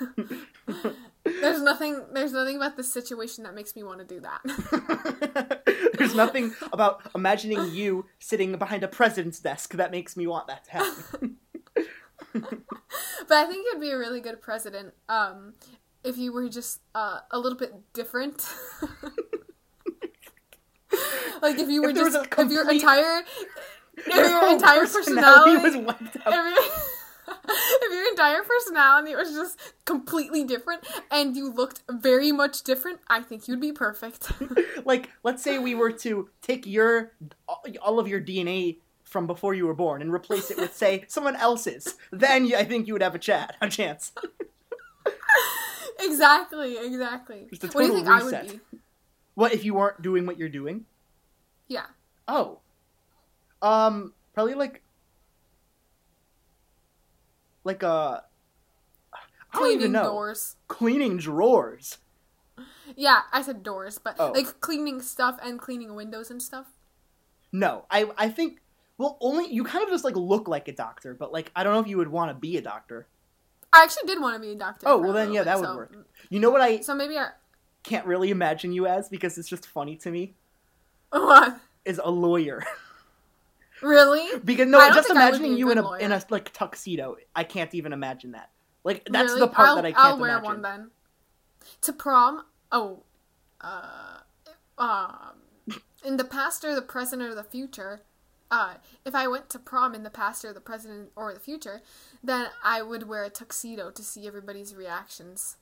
there's nothing. There's nothing about this situation that makes me want to do that.
There's nothing about imagining you sitting behind a president's desk that makes me want that to happen.
but I think you'd be a really good president um, if you were just uh, a little bit different. like if you were
there was
just
a
if your
complete-
entire if your
Whole
entire
personality
personality,
was wiped out.
if your- if your entire personality was just completely different and you looked very much different, I think you'd be perfect.
like let's say we were to take your all of your dna from before you were born and replace it with say someone else's then you, i think you would have a chat a chance
Exactly, exactly.
Just a
what do you
total
think I
reset.
would be?
what if you weren't doing what you're doing
Yeah.
Oh. Um, probably like like uh I don't even
Cleaning
know.
doors.
Cleaning drawers.
Yeah, I said doors, but
Oh.
like cleaning stuff and cleaning windows and stuff.
No. I I think well only you kind of just like look like a doctor, but like I don't know if you would want to be a doctor.
I actually did want to be a doctor.
Oh,
for a
well then
little
yeah,
bit,
that would
so-
work. You know what I
So maybe I.
can't really imagine you as because it's just funny to me
What?
is a lawyer.
Really?
because no,
I don't
just
think I would be
imagining
a
you in
good
a in
lawyer.
a like tuxedo, I can't even imagine that. Like that's
Really?
the part
I'll,
that I can't
I'll wear
imagine.
one then. To prom? Oh. Uh. Um. In the past or the present or the future, uh, if I went to prom in the past or the present or the future, then I would wear a tuxedo to see everybody's reactions.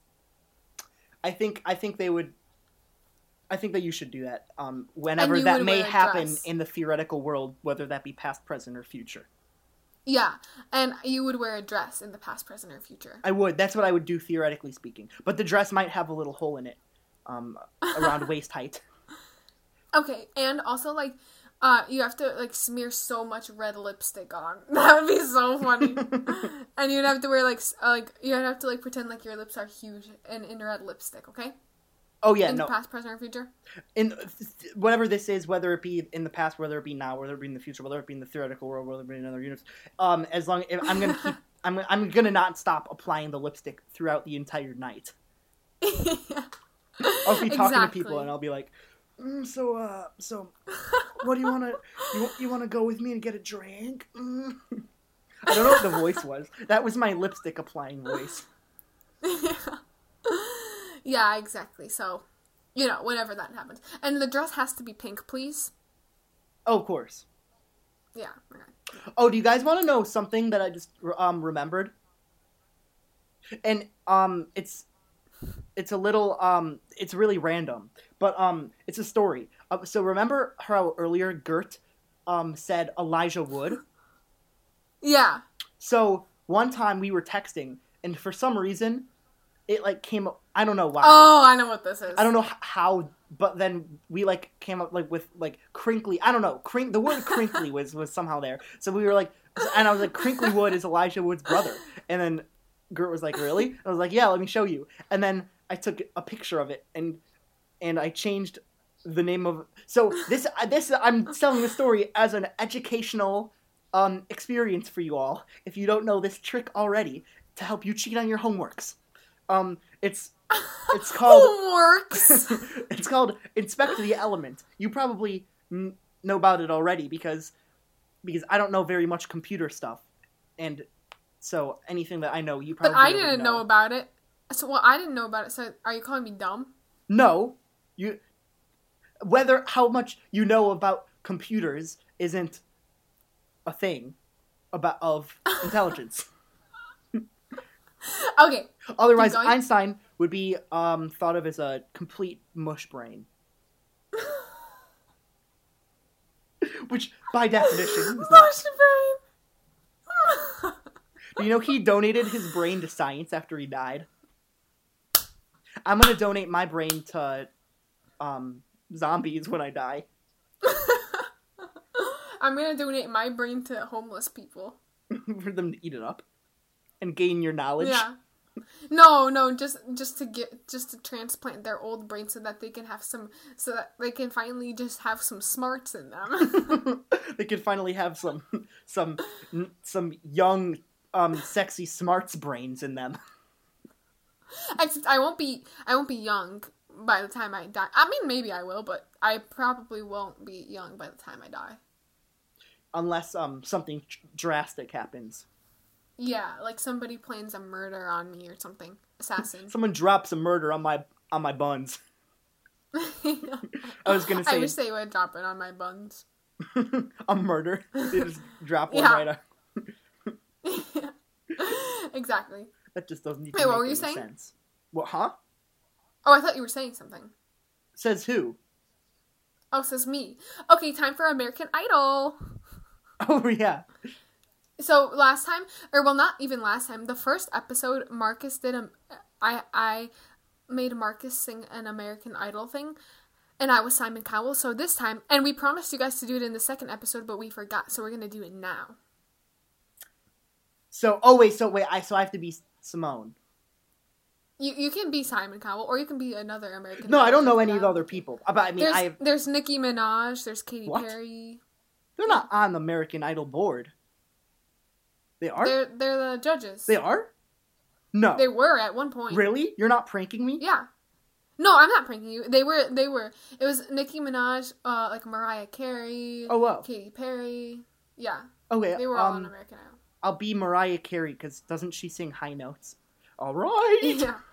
I think I think they would. I think that you should do that. Um, whenever
you
that
would
may
wear a
happen
dress.
in the theoretical world, whether that be past, present, or future.
Yeah, and you would wear a dress in the past, present, or future.
I would. That's what I would do theoretically speaking. But the dress might have a little hole in it, um, around waist height.
Okay, and also like, uh, you have to like smear so much red lipstick on. That would be so funny. and you'd have to wear like s- uh, like you'd have to like pretend like your lips are huge and in red lipstick. Okay,
Oh yeah,
in
no.
the past, present, or future.
in uh, whatever this is, whether it be in the past, whether it be now, whether it be in the future, whether it be in the theoretical world, whether it be in another universe, um, as long if I'm gonna keep, I'm I'm gonna not stop applying the lipstick throughout the entire night. I'll be talking to
Exactly.
people and I'll be like, mm, so uh, so, what do you wanna you you wanna go with me and get a drink? Mm. I don't know what the voice was. That was my lipstick applying voice.
yeah, exactly. So, you know, whenever that happens, and the dress has to be pink, please.
Oh, of course.
Yeah. okay.
Oh, do you guys want to know something that I just um remembered? And um it's it's a little um it's really random, but um it's a story. Uh, so remember how earlier Gert um said Elijah Wood?
Yeah.
So one time we were texting and for some reason it like came up I don't know why.
Oh, I know what this is.
I don't know h- how, but then we like came up like with like crinkly. I don't know. Crink. The word crinkly was was somehow there. So we were like, and I was like, crinkly wood is Elijah Wood's brother. And then Gert was like, really? I was like, yeah. Let me show you. And then I took a picture of it and and I changed the name of. So this I- this I'm telling the story as an educational um experience for you all. If you don't know this trick already, to help you cheat on your homeworks. Um, it's it's called
Homeworks.
it's called Inspect the Element. You probably n- know about it already because because I don't know very much computer stuff, and so anything that I know, you probably
But I
already
didn't know. about it. So well, I didn't know about it. So are you calling me dumb?
No, you whether how much you know about computers isn't a thing about of intelligence.
Okay.
Otherwise,
going.
Einstein would be um, thought of as a complete mush brain. Which, by definition, is not.
Mush brain.
You know, he donated his brain to science after he died. I'm gonna donate my brain to um, zombies when I die.
I'm gonna donate my brain to homeless people.
for them to eat it up and gain your knowledge.
Yeah. No, no, just just to get just to transplant their old brain so that they can have some so that they can finally just have some smarts in them.
they could finally have some some some young um, sexy smarts brains in them.
I, I won't be I won't be young by the time I die. I mean maybe I will, but I probably won't be young by the time I die.
unless um something tr- drastic happens.
Yeah, like somebody plans a murder on me or something. Assassin.
Someone drops a murder on my on my buns. I was gonna
I
say
wish they would drop it on my buns.
a murder. They just drop one
Yeah.
right. Up.
exactly.
That just doesn't even
Wait, what
make
were you
any
saying?
sense. What? Huh?
Oh, I thought you were saying something.
Says who?
Oh, says me. Okay, time for American Idol.
Oh yeah.
So last time, or well, not even last time, the first episode, Marcus did a, I I made Marcus sing an American Idol thing, And I was Simon Cowell. So this time, and we promised you guys to do it in the second episode, but we forgot. So we're going to do it now.
So oh wait, so wait, I so I have to be Simone.
You, you can be Simon Cowell, or you can be another American.
No, I
Idol,
don't know
check
any
it
of
out.
the other people. But I mean,
There's,
I
there's Nicki Minaj. There's Katy
What?
Perry.
they're not on the American Idol board. They are.
They're they're the judges.
They are. No.
They were at one point.
Really? You're not pranking me?
Yeah. No, I'm not pranking you. They were. They were. It was Nicki Minaj, uh, like Mariah Carey.
Oh wow.
Katy Perry. Yeah,
Okay.
they were all on
um,
American Idol.
I'll be Mariah Carey because doesn't she sing high notes? All right.
Yeah.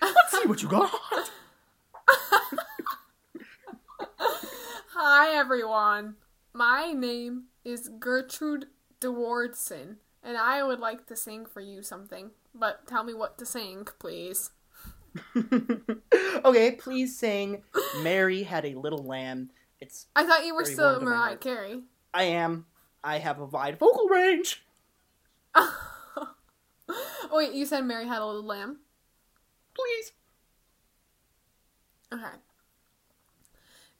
Let's see what you got.
Hi everyone. My name is Gertrude DeWardson, and I would like to sing for you something. But tell me what to sing, please.
okay, please sing Mary Had a Little Lamb. It's
I thought you were
Very
still
warm
at
to my
Mariah
heart.
Carey.
I am. I have a wide vocal range.
Wait, you said Mary had a little lamb.
Please.
Okay.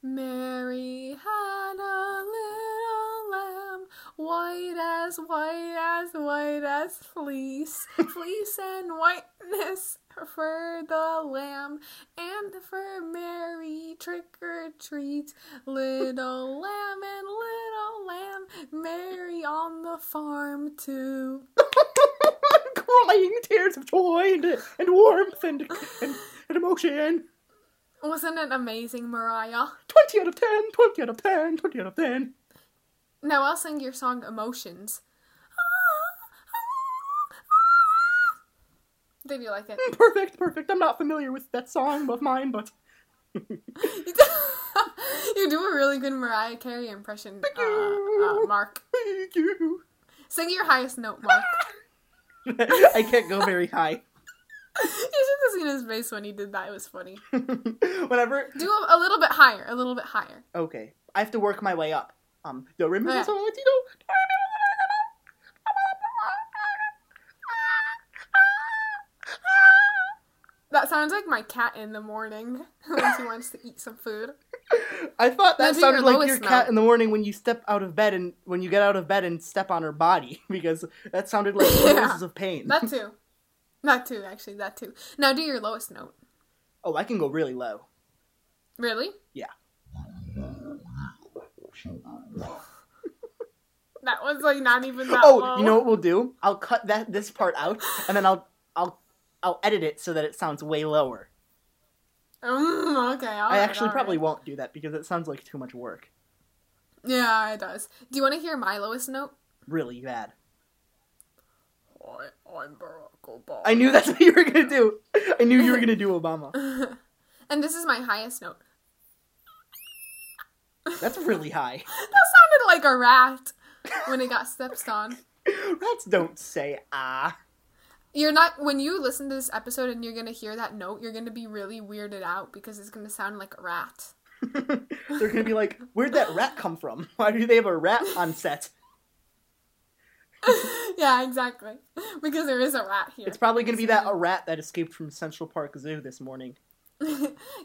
Mary had a little lamb, white as white as white as fleece, fleece and whiteness for the lamb, and for Mary trick or treat, little lamb and little lamb, Mary on the farm too.
I'm crying tears of joy and, and warmth and, and, and emotion.
Wasn't it amazing, Mariah?
20 out of 10, 20 out of 10, 20 out of 10.
Now I'll sing your song Emotions. Did you like it?
Perfect, perfect. I'm not familiar with that song of mine, but
you do a really good Mariah Carey impression, uh, uh,
you.
Mark.
thank you.
Sing your highest note, Mark.
I can't go very high.
you should have seen his face when he did that. It was funny.
Whenever.
Do a, a little bit higher, a little bit higher.
Okay, I have to work my way up. Um, do re mi fa
Okay.
sol la ti do.
That sounds like my cat in the morning when she wants to eat some food.
I thought
Now
that
do your
sounded like
lowest
your
note.
cat in the morning when you step out of bed and when you get out of bed and step on her body because that sounded like
Yeah.
noises of pain.
That too. That too, actually, that too. Now do your lowest note.
Oh, I can go really low.
Really?
Yeah.
That was like not even that
oh,
low.
you know what we'll do? I'll cut that this part out and then I'll I'll I'll edit it so that it sounds way lower.
Mm, okay. all right,
I actually
all
probably
right.
won't do that because it sounds like too much work.
Yeah, it does. Do you want to hear my lowest note?
Really bad.
I, I'm Barack Obama.
I knew that's what you were gonna do. I knew you were gonna do Obama.
and this is my highest note.
That's really high.
That sounded like a rat when it got stepped on.
Rats don't say ah.
You're not when you listen to this episode and you're gonna hear that note. You're gonna be really weirded out because it's gonna sound like a rat.
They're gonna be like, where'd that rat come from? Why do they have a rat on set?
yeah, exactly. Because there is a rat here.
It's probably gonna be that a rat that escaped from Central Park Zoo this morning.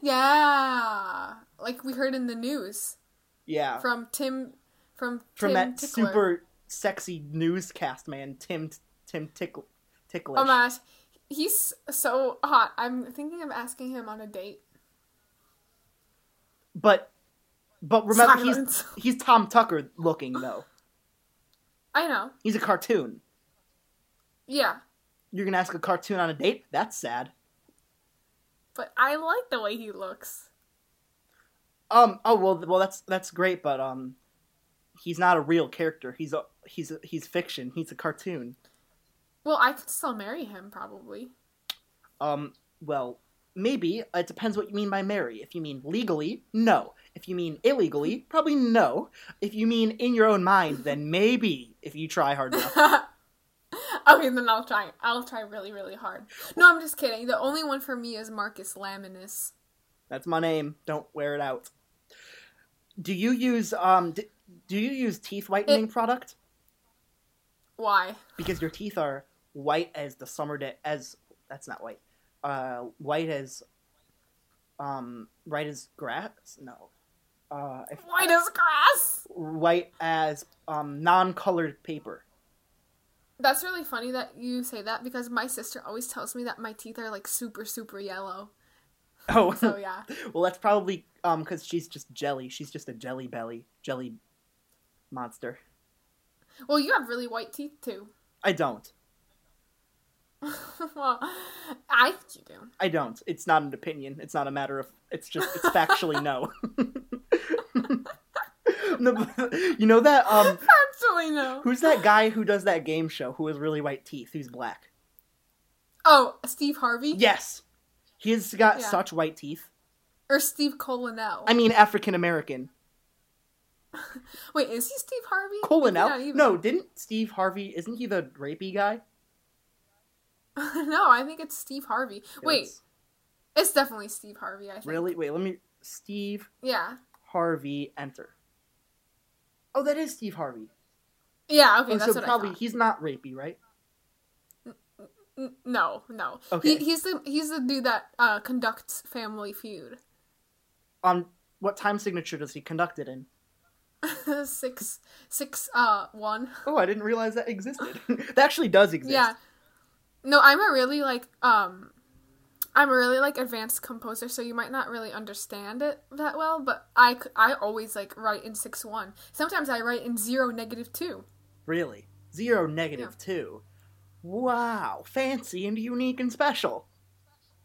yeah, like we heard in the news
Yeah, from,
from Tim, from Tim
Uh, that
Tickler.
super sexy newscast man, Tim Tim Tickle, Ticklish.
Oh my gosh, he's so hot. I'm thinking of asking him on a date.
but but remember,
Silence.
he's he's Tom Tucker looking though.
I know.
He's a cartoon.
Yeah,
You're gonna ask a cartoon on a date? That's sad.
but I like the way he looks.
Um. Oh well. Well, that's that's great, but um, he's not a real character. He's a he's a, he's fiction. He's a cartoon.
Well, I could still marry him probably.
Um. Well, maybe it depends what you mean by marry. If you mean legally, no. If you mean illegally, probably no. If you mean in your own mind, then maybe if you try hard enough.
Okay, then I'll try. I'll try really, really hard. No, I'm just kidding. The only one for me is Marcus Laminus.
That's my name. Don't wear it out. Do you use um? D- do you use teeth whitening product?
Why?
because your teeth are white as the summer day as that's not white uh white as um, right as grass. No, uh, if,
White as grass.
right as um, non-colored paper.
That's really funny that you say that because my sister always tells me that my teeth are like super super yellow.
Oh,
So yeah,
well, that's probably um because she's just jelly. She's just a jelly belly, jelly monster.
well you have really white teeth too.
I don't.
well, I think you do.
I don't. It's not an opinion. It's not a matter of. It's just. It's factually no. No, but- you know that um
Actually, no.
who's that guy who does that game show who has really white teeth who's black
Oh, Steve Harvey
yes he's got
Yeah.
such white teeth
or Steve Colanel.
i mean african american
Wait, is he Steve Harvey? Maybe not
Colanel?
even.
No, didn't Steve Harvey? Isn't he the rapey guy?
no, I think it's Steve Harvey. Wait,
Yes.
it's definitely Steve Harvey. I think.
really? Wait, let me. Steve
Yeah.
Harvey, enter. Oh, that is Steve Harvey.
Yeah. Okay,
Oh,
that's
so
what
probably
I thought.
he's not rapey, right?
N- no, no.
Okay.
He, he's the he's the dude that uh, conducts Family Feud.
On what time signature does he conduct it in?
six six uh one.
Oh, I didn't realize that existed. that actually does exist.
Yeah. No, I'm a really like um I'm a really like advanced composer, so you might not really understand it that well, but I c- I always like write in 6-1. Sometimes I write in 0 negative 2.
Really? Zero negative two. Wow, fancy and unique and special.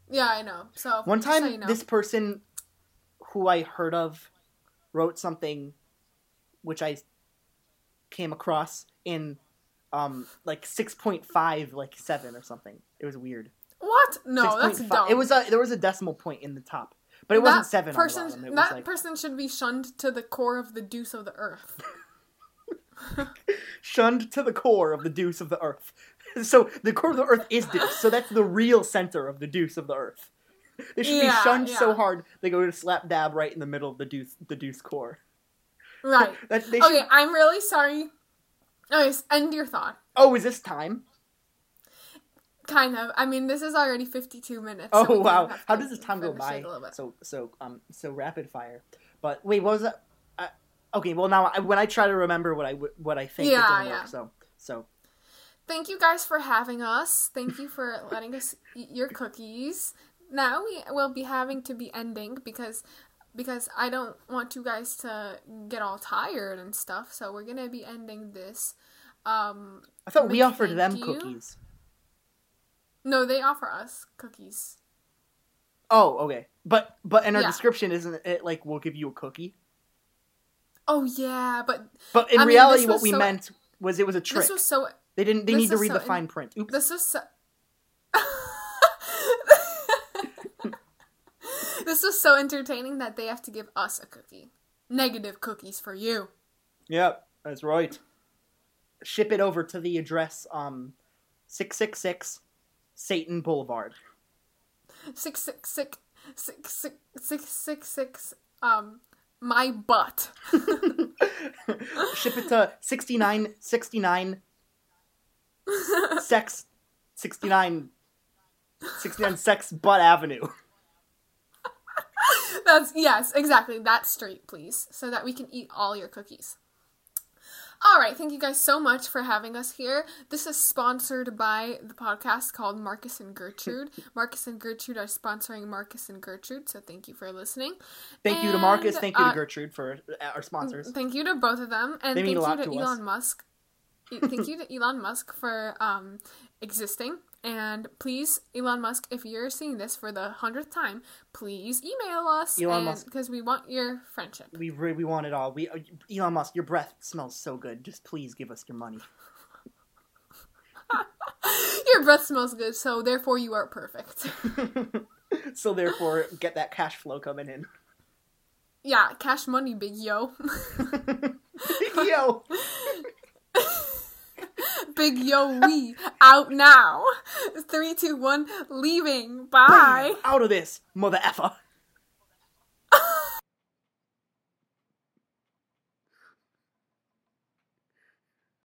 Yeah, I know. So
One
just
time,
so you know.
this person who I heard of wrote something which I came across in um like 6.5 like 7 or something it was weird
What? No, that's
6.5
dumb.
it was a there was a decimal point in the top but it wasn't
That
7
person,
on the bottom. it
that
was like
person should be shunned to the core of the deuce of the earth.
shunned to the core of the deuce of the earth so the core of the earth is deuce so that's the real center of the deuce of the earth they should
Yeah,
be shunned so
yeah.
hard they go to slap dab right in the middle of the deuce the deuce core
right.
that they should,
Okay, I'm really sorry. Okay, s- end your thought.
oh is this time
Kind of. I mean, this is already 52 minutes. so
Oh
we kind of
wow!
have
How
to
does this time go
finish it
by?
a little bit.
So so um so rapid fire. But wait, what was that? Uh, okay, well now I, when I try to remember what I w- what I think,
Yeah,
it doesn't
yeah.
work. So so
Thank you guys for having us. Thank you for letting us eat your cookies. Now we will be having to be ending because because I don't want you guys to get all tired and stuff. So we're gonna be ending this. Um,
I thought we
Mick,
offered
thank
them
you.
cookies.
no, they offer us cookies.
Oh okay, but but in our
Yeah.
description isn't it like we'll give you a cookie?
Oh yeah, but
But in
I mean,
reality,
this
what
was
we
so-
meant was it was a trick.
this was so
they didn't. They
this
need to
was
read
so
the
in-
fine print. Oops.
This was so. this was so entertaining that they have to give us a cookie. Negative cookies for you.
Yep, that's right. Ship it over to the address um six six six Satan Boulevard.
Six six six six six six six six. Um, my butt.
ship it to 69 69 sex 69 69 sex butt avenue
That's yes, exactly that street, please, so that we can eat all your cookies. All right, thank you guys so much for having us here. This is sponsored by the podcast called Marcus and Gertrude. Marcus and Gertrude are sponsoring Marcus and Gertrude, so thank you for listening.
thank you to marcus
And,
thank you
uh,
to gertrude for uh, our sponsors
Thank you to both of them, and
They
thank
mean
you
a
to,
lot to us.
Elon Musk. E- thank you to Elon Musk for um, existing. And please, Elon Musk, if you're seeing this for the hundredth time, please email us
Elon Musk.
because we want your friendship.
we re- we want it all we uh, elon musk your breath smells so good just please give us your money
Your breath smells good, so therefore you are perfect.
so therefore get that cash flow coming in
yeah, cash money, big yo.
yo
big yo, we out now. Three, two, one, leaving. Bye.
out of this mother effer